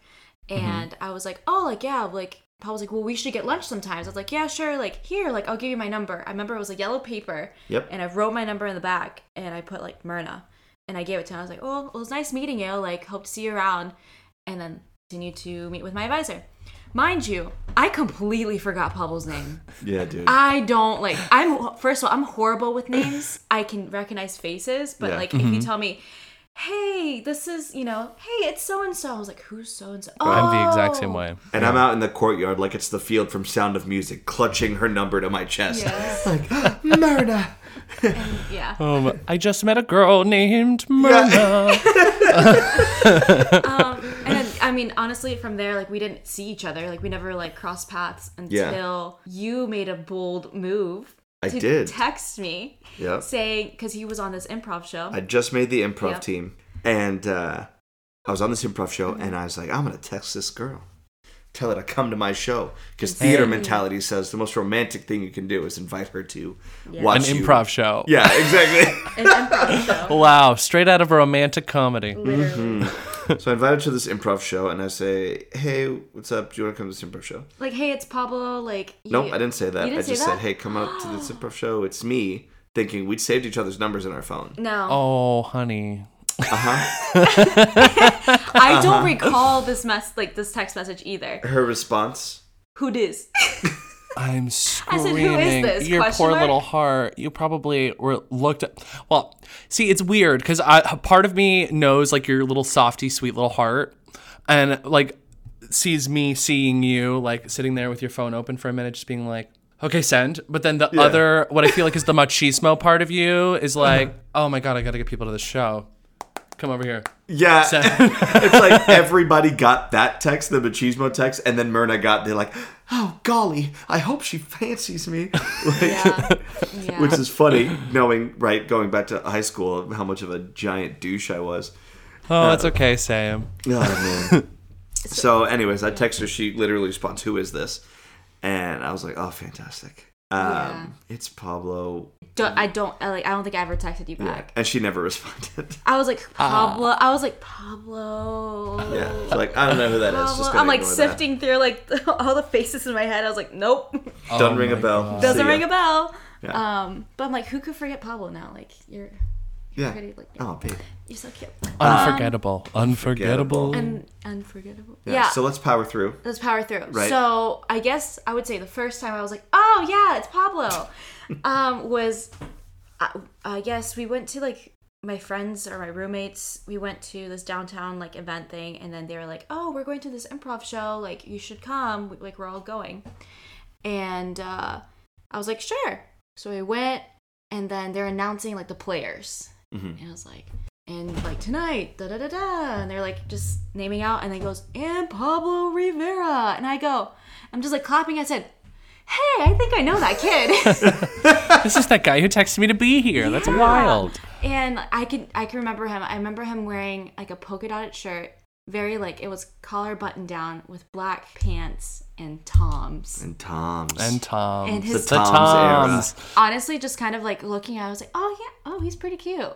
Speaker 3: and i was like oh like yeah like Paul was like, well, we should get lunch sometimes. I was like, yeah, sure. Like, here, like, I'll give you my number. I remember it was a yellow paper.
Speaker 2: Yep.
Speaker 3: And I wrote my number in the back and I put, like, Myrna. And I gave it to him. I was like, oh, well, it was nice meeting you. Like, hope to see you around. And then continue to meet with my advisor. Mind you, I completely forgot Pablo's name.
Speaker 2: Yeah, dude.
Speaker 3: I don't like. I'm first of all, I'm horrible with names. I can recognize faces, but
Speaker 2: Yeah. Mm-hmm.
Speaker 3: like if you tell me, "Hey, this is you know, hey, it's so and so," I was like, "Who's so and so?"
Speaker 1: I'm the exact
Speaker 3: Oh.
Speaker 1: same way.
Speaker 2: and I'm out in the courtyard like it's the field from Sound of Music, clutching her number to my chest. like, Myrna!
Speaker 3: Yeah.
Speaker 1: Um, I just met a girl named Myrna.
Speaker 3: um, And then, I mean, honestly, from there, like we didn't see each other. Like we never like crossed paths
Speaker 2: Yeah.
Speaker 3: until you made a bold move.
Speaker 2: I
Speaker 3: to
Speaker 2: did.
Speaker 3: Text me
Speaker 2: Yep.
Speaker 3: saying because he was on this improv show.
Speaker 2: I just made the improv
Speaker 3: Yep.
Speaker 2: team, and uh, I was on this improv show,
Speaker 3: Mm-hmm.
Speaker 2: and I was like, I'm gonna text this girl, tell her to come to my show, because theater mentality says the most romantic thing you can do is invite her to
Speaker 1: An
Speaker 2: watch you.
Speaker 1: improv show.
Speaker 2: Yeah, exactly.
Speaker 3: an improv show.
Speaker 1: Wow, straight out of a romantic comedy.
Speaker 3: Literally.
Speaker 2: so I invited her to this improv show, and I say, Hey, what's up? Do you wanna come to this improv show?
Speaker 3: Like, hey, it's Pablo. Like, you-
Speaker 2: Nope, I didn't say that.
Speaker 3: You didn't
Speaker 2: I
Speaker 3: say
Speaker 2: just
Speaker 3: that?
Speaker 2: said, Hey, come out to this improv show. It's me. Thinking we'd saved each other's numbers in our phone.
Speaker 3: No.
Speaker 1: Oh, honey.
Speaker 3: I don't
Speaker 2: Uh-huh.
Speaker 3: recall this mess like this text message either.
Speaker 2: Her response
Speaker 3: Who dis?
Speaker 1: I'm
Speaker 3: I said,
Speaker 1: screaming.
Speaker 3: "Who is this?"
Speaker 1: Your
Speaker 3: Question
Speaker 1: poor
Speaker 3: mark?
Speaker 1: little heart. You probably were looked at. Well, see, it's weird because part of me knows like your little softy, sweet little heart, and like sees me seeing you like sitting there with your phone open for a minute, just being like, "Okay, send." But then the other, what I feel like is the machismo part of you is like, "Oh my god, I gotta get people to the show. Come over here."
Speaker 2: Yeah.
Speaker 1: So-
Speaker 2: it's like everybody got that text, the machismo text, and then Myrna got they're like, oh golly, I hope she fancies me. Like,
Speaker 3: Yeah. Yeah.
Speaker 2: Which is funny, knowing right, going back to high school, how much of a giant douche I was.
Speaker 1: Oh, that's okay, Sam.
Speaker 2: Oh man. So, anyways, I text her. She literally responds, "Who is this?" And I was like, "Oh, fantastic." Um, It's Pablo.
Speaker 3: Don't, I don't I, like. I don't think I ever texted you back.
Speaker 2: And she never responded.
Speaker 3: I was like Pablo. I was like Pablo.
Speaker 2: Ah. yeah, she's like I don't know who that is.
Speaker 3: Pablo.
Speaker 2: Just
Speaker 3: I'm
Speaker 2: gonna
Speaker 3: like
Speaker 2: ignore
Speaker 3: sifting through like all the faces in my head. I was like, nope,
Speaker 2: That. Doesn't ring a
Speaker 1: my
Speaker 2: bell.
Speaker 3: doesn't
Speaker 2: See ya.
Speaker 3: ring a bell.
Speaker 2: Yeah.
Speaker 3: Um, but I'm like, who could forget Pablo now? Like you're,
Speaker 2: Yeah.
Speaker 3: pretty, like, yeah.
Speaker 2: oh, babe.
Speaker 3: you're so cute
Speaker 2: Um,
Speaker 1: Unforgettable.
Speaker 2: Unforgettable.
Speaker 1: Unforgettable.
Speaker 3: Um, and unforgettable.
Speaker 2: Yeah.
Speaker 3: Yeah.
Speaker 2: So let's power through.
Speaker 3: let's power through.
Speaker 2: Right.
Speaker 3: So I guess I would say the first time I was like, oh yeah, it's Pablo. um, was I, I guess we went to like my friends or my roommates. We went to this downtown like event thing, and then they were like, oh, we're going to this improv show. Like you should come. We- Like we're all going. And uh, I was like, sure. So I went, and then they're announcing like the players, and I was like. And like tonight, da da da da, and they're like just naming out, and then it goes and Pablo Rivera, and I go, I'm just like clapping. I said, "Hey, I think I know that kid."
Speaker 1: this is that guy who texted me to be here. That's wild.
Speaker 3: And I can I can remember him. I remember him wearing like a polka dotted shirt, very like it was collar buttoned down with black pants and toms.
Speaker 2: And Tom's.
Speaker 1: And Tom.
Speaker 3: And his
Speaker 1: the
Speaker 2: Tom's
Speaker 1: Toms.
Speaker 3: honestly just kind of like looking at I was like, "Oh yeah, oh, he's pretty cute."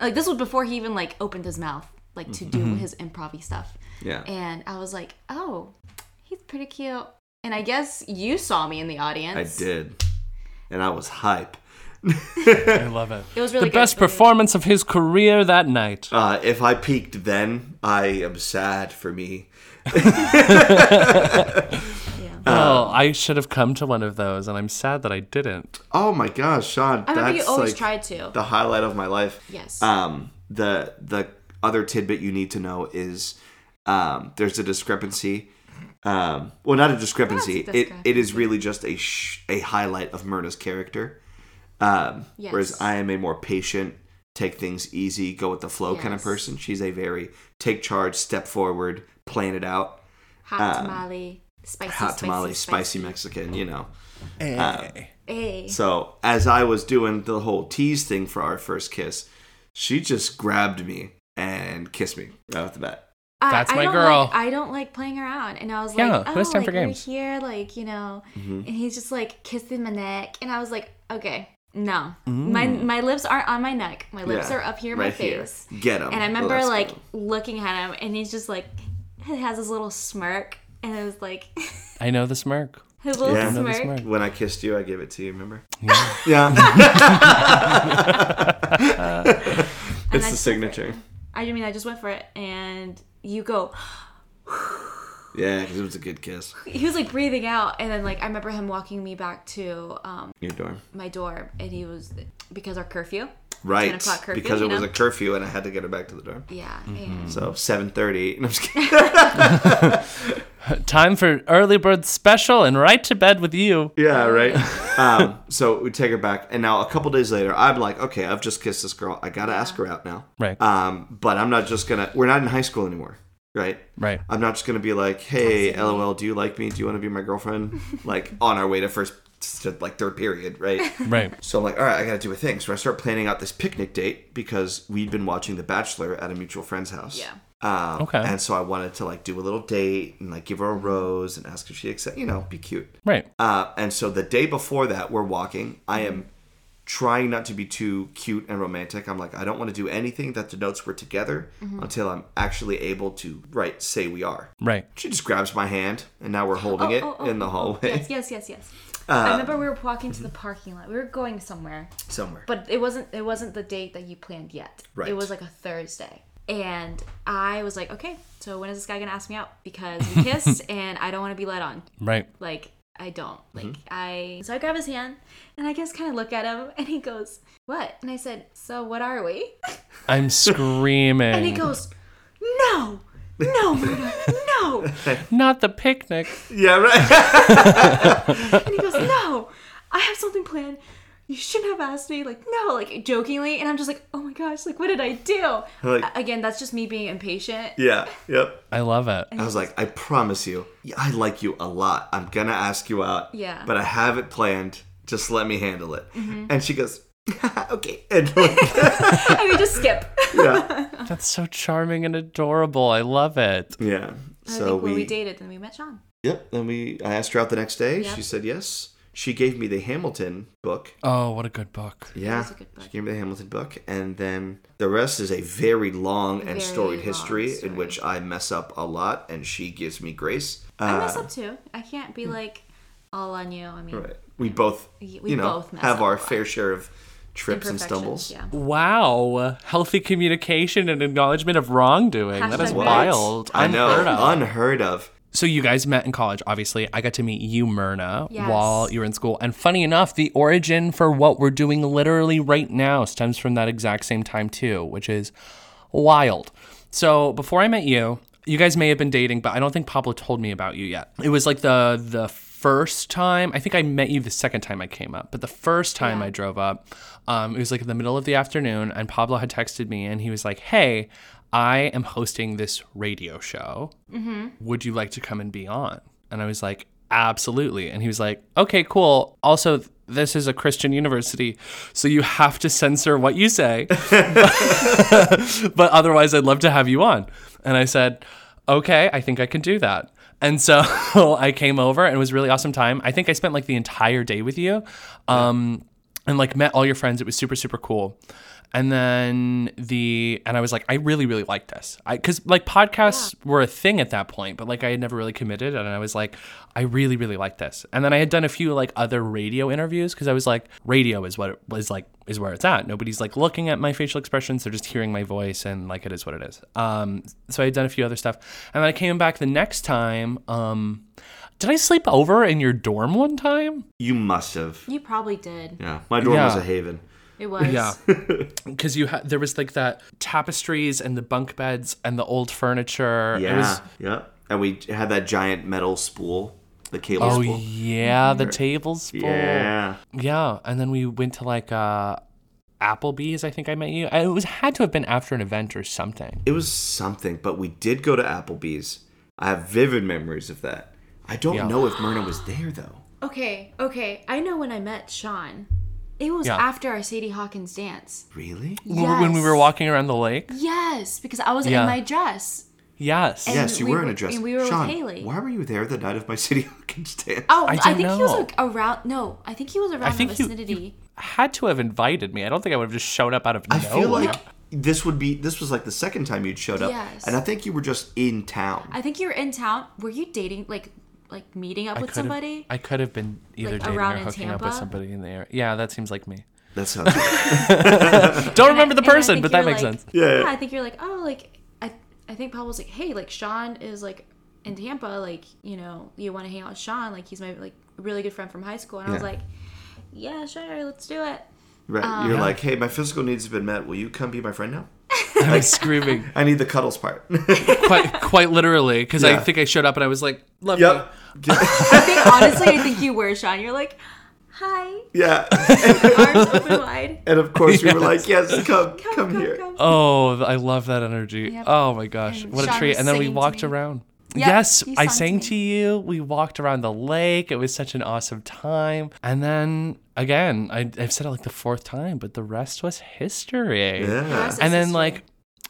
Speaker 3: Like this was before he even like opened his mouth like to
Speaker 1: Mm-hmm.
Speaker 3: do his improv stuff.
Speaker 2: Yeah.
Speaker 3: And I was like, "Oh, he's pretty cute." And I guess you saw me in the
Speaker 2: I
Speaker 3: audience.
Speaker 2: did. And I was hype.
Speaker 1: I love it.
Speaker 3: It was really
Speaker 1: the best
Speaker 3: good.
Speaker 1: performance of his career that night.
Speaker 2: Uh, if I peaked then, I am sad for me.
Speaker 1: oh, I should have come to one of those, and I'm sad that I didn't.
Speaker 2: Oh my gosh, Sean.
Speaker 3: I remember you
Speaker 2: that's
Speaker 3: always
Speaker 2: like
Speaker 3: tried to.
Speaker 2: The highlight of my life.
Speaker 3: Yes.
Speaker 2: Um, the the other tidbit you need to know is um, there's a discrepancy. Um, well, not a discrepancy.
Speaker 3: That's a
Speaker 2: It, it is really just a sh- a highlight of Myrna's character. Um,
Speaker 3: Yes.
Speaker 2: Whereas I am a more patient, take things easy, go with the flow kind of
Speaker 3: Yes.
Speaker 2: person. She's a very take charge, step forward, plan it out.
Speaker 3: Hot tamale, spicy
Speaker 2: Hot
Speaker 3: spicy,
Speaker 2: tamale, spicy Mexican, you know. Uh,
Speaker 3: Hey.
Speaker 2: So as I was doing the whole tease thing for our first kiss, she just grabbed me and kissed me right off the bat.
Speaker 3: I-
Speaker 1: That's
Speaker 3: I
Speaker 1: my
Speaker 3: don't
Speaker 1: girl.
Speaker 3: Like, I don't like playing around, and I was
Speaker 1: Yeah,
Speaker 3: like, "Oh,
Speaker 1: who has time
Speaker 3: like,
Speaker 1: for
Speaker 3: we're
Speaker 1: games?
Speaker 3: here, like you know."
Speaker 2: Mm-hmm.
Speaker 3: And he's just like kissing my neck, and I was like, "Okay, no, my my lips aren't on my neck. My lips
Speaker 2: Mm. Yeah,
Speaker 3: are up here, in
Speaker 2: right
Speaker 3: my
Speaker 2: here.
Speaker 3: face."
Speaker 2: Get 'em.
Speaker 3: And I remember
Speaker 2: Let's
Speaker 3: like
Speaker 2: go.
Speaker 3: looking at him, and he's just like, he has his little smirk, and it was like
Speaker 1: I know the smirk.
Speaker 3: his little
Speaker 2: Yeah. I know
Speaker 1: the
Speaker 3: smirk.
Speaker 1: smirk.
Speaker 2: When I kissed you, I gave it to you. Remember? Yeah.
Speaker 3: And
Speaker 2: it's
Speaker 3: I
Speaker 2: the
Speaker 3: just went for
Speaker 2: signature.
Speaker 3: it. I mean, I just went for it, and you go.
Speaker 2: Yeah, because it was a good kiss.
Speaker 3: He was like breathing out, and then like I remember him walking me back to um,
Speaker 2: Your dorm.
Speaker 3: my door, and he was because our curfew.
Speaker 2: Right.
Speaker 3: 10 o'clock curfew,
Speaker 2: because it
Speaker 3: you
Speaker 2: was
Speaker 3: know?
Speaker 2: a curfew and I had to get her back to the dorm.
Speaker 3: Yeah, and
Speaker 2: So 7.30. And I'm just kidding.
Speaker 1: Time for early bird special and right to bed with you.
Speaker 2: Yeah, right. um, so we take her back, and now a couple days later, I'm like, okay, I've just kissed this girl. I gotta ask her out now,
Speaker 1: Right.
Speaker 2: Um, but I'm not just gonna. We're not in high school anymore, right?
Speaker 1: Right.
Speaker 2: I'm not just gonna be like, hey, lol, do you like me? Do you want to be my girlfriend? like on our way to first, to like third period, right?
Speaker 1: Right.
Speaker 2: So I'm like, all right, I gotta do a thing. So I start planning out this picnic date because we'd been watching The Bachelor at a mutual friend's house.
Speaker 3: Yeah.
Speaker 2: Um,
Speaker 1: Okay.
Speaker 2: And so I wanted to like do a little date and like give her a rose and ask if she accept, you know, be cute.
Speaker 1: Right.
Speaker 2: Uh, and so the day before that, we're walking. I am trying not to be too cute and romantic. I'm like, I don't want to do anything that denotes we're together
Speaker 3: Mm-hmm.
Speaker 2: until I'm actually able to, right, say we are.
Speaker 1: Right.
Speaker 2: She just grabs my hand, and now we're holding
Speaker 3: Oh,
Speaker 2: it
Speaker 3: oh, oh,
Speaker 2: in the hallway
Speaker 3: Yes, yes, yes, yes. I remember we were walking to the parking lot. We were going somewhere,
Speaker 2: somewhere.
Speaker 3: but it wasn't it wasn't the date that you planned yet.
Speaker 2: Right.
Speaker 3: It was like a Thursday, and I was like, okay, so when is this guy gonna ask me out? Because we kissed, and I don't want to be let on.
Speaker 1: Right.
Speaker 3: Like I don't like I. So I grab his hand, and I just kind of look at him, and he goes, "What?" And I said, "So what are we?"
Speaker 1: I'm screaming.
Speaker 3: And he goes, "No, no, Myrna, no."
Speaker 1: Not the picnic.
Speaker 2: yeah, right.
Speaker 3: And he goes, No, I have something planned. You shouldn't have asked me. Like, no, like jokingly. And I'm just like, Oh my gosh, like, what did I do?
Speaker 2: Like-
Speaker 3: A- Again, that's just me being impatient.
Speaker 2: yeah, yep.
Speaker 1: I love it.
Speaker 2: I was like, I promise you, I like you a lot. I'm gonna ask you out.
Speaker 3: Yeah. Mm-hmm.
Speaker 2: But I have it planned. Just let me handle it. And she goes, okay. And
Speaker 3: I mean, just skip.
Speaker 2: yeah,
Speaker 3: uh,
Speaker 1: That's so charming and adorable. I love it.
Speaker 2: yeah.
Speaker 3: I think when we dated, then we met Sean.
Speaker 2: Yep. Then we I asked her out the next day.
Speaker 3: Yep.
Speaker 2: She said yes. She gave me the Hamilton book.
Speaker 1: Oh, what a good book.
Speaker 2: Yeah.
Speaker 3: was a good book.
Speaker 2: She gave me the Hamilton book. And then the rest is a very long and
Speaker 3: Very
Speaker 2: storied
Speaker 3: long
Speaker 2: history
Speaker 3: story.
Speaker 2: in which I mess up a lot and she gives me grace.
Speaker 3: I mess
Speaker 2: Uh, hmm.
Speaker 3: up too. I can't be like all on you. I mean,
Speaker 2: Right. We both,
Speaker 3: Y- we
Speaker 2: you know,
Speaker 3: both mess
Speaker 2: have
Speaker 3: up
Speaker 2: our
Speaker 3: a lot.
Speaker 2: fair share of trips and stumbles.
Speaker 3: imperfections, Yeah.
Speaker 1: Wow. Healthy communication and acknowledgement of wrongdoing. that is
Speaker 3: Hashtag
Speaker 2: What?
Speaker 1: wild.
Speaker 2: I know.
Speaker 1: Unheard of.
Speaker 2: Unheard of.
Speaker 1: so you guys met in college, obviously. I got to meet you, Myrna,
Speaker 3: Yes.
Speaker 1: while you were in school. And funny enough, the origin for what we're doing literally right now stems from that exact same time too, which is wild. So before I met you, you guys may have been dating, but I don't think Pablo told me about you yet. It was like the the first time I think I met you the second time I came up, but the first time I drove up, um, it was like in the middle of the afternoon, and Pablo had texted me and he was like, "Hey, I am hosting this radio show. Would you like to come and be on?" And I was like, "Absolutely." And he was like, "Okay, cool. Also." This is a Christian university, so you have to censor what you say but otherwise I'd love to have you on. And I said, okay, I think I can do that. And so I came over and it was a really awesome time. I think I spent like the entire day with you um, and like met all your friends. It was super, super cool. And then the, and I was like, I really, really like this. I, cause like podcasts were a thing at that point, but like I had never really committed. And I was like, I really, really like this. And then I had done a few like other radio interviews cause I was like, radio is what it was like, is where it's at. Nobody's like looking at my facial expressions. They're just hearing my voice and like it is what it is. Um, so I had done a few other stuff. And then I came back the next time. Um, did I sleep over in your dorm one time?
Speaker 2: You must have.
Speaker 3: You probably did.
Speaker 2: Yeah. My dorm was
Speaker 1: Yeah.
Speaker 2: a haven.
Speaker 3: It was.
Speaker 1: Yeah. because you had there was like that tapestries and the bunk beds and the old furniture.
Speaker 2: Yeah.
Speaker 1: It was,
Speaker 2: yeah. And we had that giant metal spool, the cable
Speaker 1: oh
Speaker 2: spool.
Speaker 1: yeah, the tables. full.
Speaker 2: Yeah.
Speaker 1: Yeah, and then we went to like uh, Applebee's. I think I met you. It was had to have been after an event or something.
Speaker 2: It was something, but we did go to Applebee's. I have vivid memories of that. I don't
Speaker 1: Yeah.
Speaker 2: know if Myrna was there though.
Speaker 3: Okay. Okay. I know when I met Sean. It was
Speaker 1: Yeah.
Speaker 3: after our Sadie Hawkins dance.
Speaker 2: Really?
Speaker 1: W- When we were
Speaker 3: Yes.
Speaker 1: walking around the lake.
Speaker 3: Yes, because I was
Speaker 1: Yeah.
Speaker 3: in my dress.
Speaker 1: Yes.
Speaker 3: And-
Speaker 2: yes, you
Speaker 3: we
Speaker 2: were in
Speaker 3: were-
Speaker 2: a dress.
Speaker 3: and we were with
Speaker 2: Sean,
Speaker 3: Haley.
Speaker 2: why were you there the night of my City Hawkins dance?
Speaker 3: Oh,
Speaker 1: I
Speaker 3: I,
Speaker 1: don't
Speaker 3: think he was
Speaker 1: know.
Speaker 3: like, around. No, I think he was around
Speaker 1: think
Speaker 3: the
Speaker 1: you- you-
Speaker 3: vicinity.
Speaker 1: Had to have invited me. I don't think I would have just shown up out of
Speaker 2: I
Speaker 1: nowhere.
Speaker 2: feel like this would be this was like the second time you'd showed up,
Speaker 3: Yes.
Speaker 2: and I think you were just in town.
Speaker 3: I think you were in town. Were you dating, like, like meeting up
Speaker 1: I
Speaker 3: with
Speaker 1: could've-
Speaker 3: somebody?
Speaker 1: I could have been either
Speaker 3: Like,
Speaker 1: dating
Speaker 3: around
Speaker 1: or
Speaker 3: in
Speaker 1: hooking up with
Speaker 3: Tampa?
Speaker 1: somebody in the area. Yeah, that seems like me.
Speaker 2: That sounds.
Speaker 1: Don't remember the
Speaker 3: And I
Speaker 1: person,
Speaker 3: think
Speaker 1: but
Speaker 3: you're
Speaker 1: that makes
Speaker 3: like-
Speaker 1: sense.
Speaker 2: Yeah.
Speaker 3: Yeah. I think you're like, oh, like I, I think Paul was like, hey, like Sean is like in Tampa, like you know, you want to hang out with Sean, like he's my like really good friend from high school, and I was
Speaker 2: Yeah.
Speaker 3: like, yeah, sure, let's do it.
Speaker 2: right.
Speaker 3: Um,
Speaker 2: You're like, hey, my physical needs have been met. Will you come be my friend now?
Speaker 1: I was screaming
Speaker 2: I need the cuddles part.
Speaker 1: quite quite literally because I
Speaker 2: Yeah.
Speaker 1: think I showed up and I was like, "Love you."
Speaker 2: yep.
Speaker 3: I think honestly, I think you were Sean. You're like, hi,
Speaker 2: Yeah.
Speaker 3: arms open wide.
Speaker 2: And of course, we were like, yes, come, come, here.
Speaker 1: Oh, th- I love that energy. Oh my gosh,
Speaker 3: And
Speaker 1: what a
Speaker 3: Sean
Speaker 1: treat!
Speaker 3: was
Speaker 1: And then we
Speaker 3: singing to
Speaker 1: walked
Speaker 3: me.
Speaker 1: around.
Speaker 3: Yeah,
Speaker 1: yes,
Speaker 3: you
Speaker 1: I sang
Speaker 3: sang to
Speaker 1: to you. We walked around the lake. It was such an awesome time. And then again, I, I've said it like the fourth time, but the rest was history.
Speaker 2: Yeah.
Speaker 3: That's
Speaker 1: and then
Speaker 3: sister.
Speaker 1: like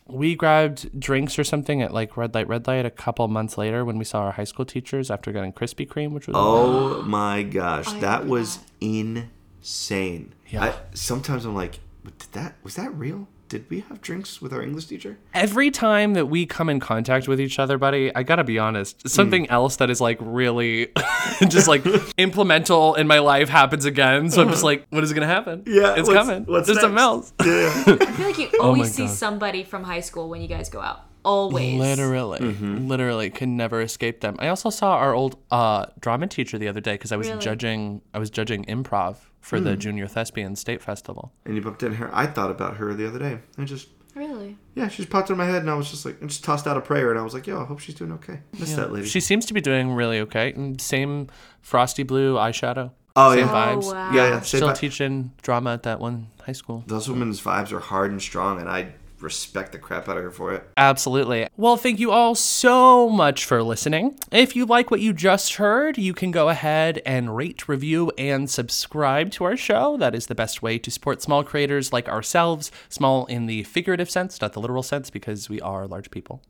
Speaker 1: we grabbed drinks or something at like red light red light a couple months later when we saw our high school teachers after getting krispy kreme which was
Speaker 2: Oh my gosh,
Speaker 3: I
Speaker 2: that
Speaker 3: remember
Speaker 2: was insane.
Speaker 1: Yeah.
Speaker 2: I, sometimes I'm like, "But did that was that real? Did we have drinks with our English teacher?
Speaker 1: every time that we come in contact with each other buddy i gotta be honest something
Speaker 2: Mm.
Speaker 1: else that is like really just like implemental in my life happens again so i'm just like what is gonna happen it's coming there's something else
Speaker 2: Yeah.
Speaker 3: I feel like you always
Speaker 1: Oh my
Speaker 3: see
Speaker 1: God.
Speaker 3: somebody from high school when you guys go out. Always.
Speaker 1: Literally,
Speaker 2: Mm-hmm.
Speaker 1: literally, can never escape them. I also saw our old uh, drama teacher the other day because I was
Speaker 3: Really?
Speaker 1: judging. I was judging improv for
Speaker 2: Mm.
Speaker 1: the Junior Thespian State Festival.
Speaker 2: and you bumped into her. I thought about her the other day. I just
Speaker 3: Really.
Speaker 2: yeah, she just popped in my head, and I was just like, I just tossed out a prayer, and I was like, yo, I hope she's doing okay. Miss that lady.
Speaker 1: She seems to be doing really okay. And Same frosty blue eyeshadow.
Speaker 2: oh
Speaker 1: same
Speaker 2: yeah.
Speaker 1: vibes.
Speaker 3: Oh, wow.
Speaker 2: yeah, yeah. Same
Speaker 1: Still
Speaker 2: vibe.
Speaker 1: teaching drama at that one high school.
Speaker 2: Those women's vibes are hard and strong, and I respect the crap out of her for it.
Speaker 1: Absolutely. Well, thank you all so much for listening. If you like what you just heard, you can go ahead and rate, review, and subscribe to our show. That is the best way to support small creators like ourselves, small in the figurative sense, not the literal sense, because we are large people.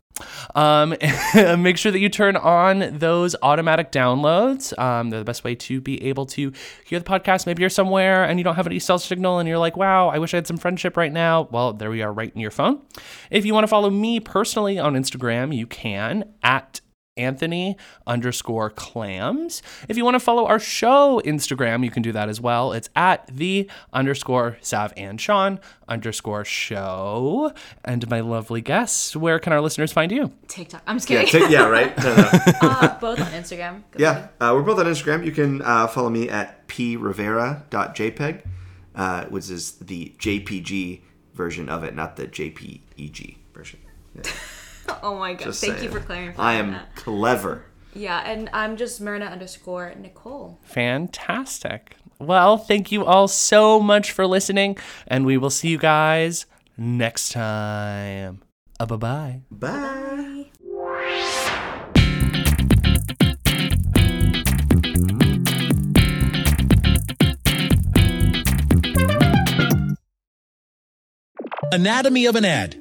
Speaker 1: Um, make sure that you turn on those automatic downloads. Um, they're the best way to be able to hear the podcast. Maybe you're somewhere and you don't have any cell signal and you're like, wow, I wish I had some friendship right now. Well, there we are right in your phone. If you want to follow me personally on Instagram, you can at Anthony underscore clams. If you want to follow our show Instagram, you can do that as well. It's at the underscore Sav and Sean underscore show. And my lovely guests, where can our listeners find you?
Speaker 3: TikTok. I'm just
Speaker 2: Yeah,
Speaker 3: kidding.
Speaker 2: take- yeah, right. No, no, no.
Speaker 3: uh, both on Instagram. Go
Speaker 2: Yeah, uh, we're both on Instagram. You can uh, follow me at privera.jpg, uh, which is the JPG version of it, not the JPEG version. Yeah,
Speaker 3: follow- Oh my god.
Speaker 2: just
Speaker 3: Thank you
Speaker 2: saying.
Speaker 3: for clarifying.
Speaker 2: I am
Speaker 3: that.
Speaker 2: clever.
Speaker 3: Yeah, and I'm just Myrna underscore Nicole.
Speaker 1: Fantastic. Well, thank you all so much for listening, and we will see you guys next time. Uh, bye bye.
Speaker 2: Bye.
Speaker 5: Anatomy of an ad.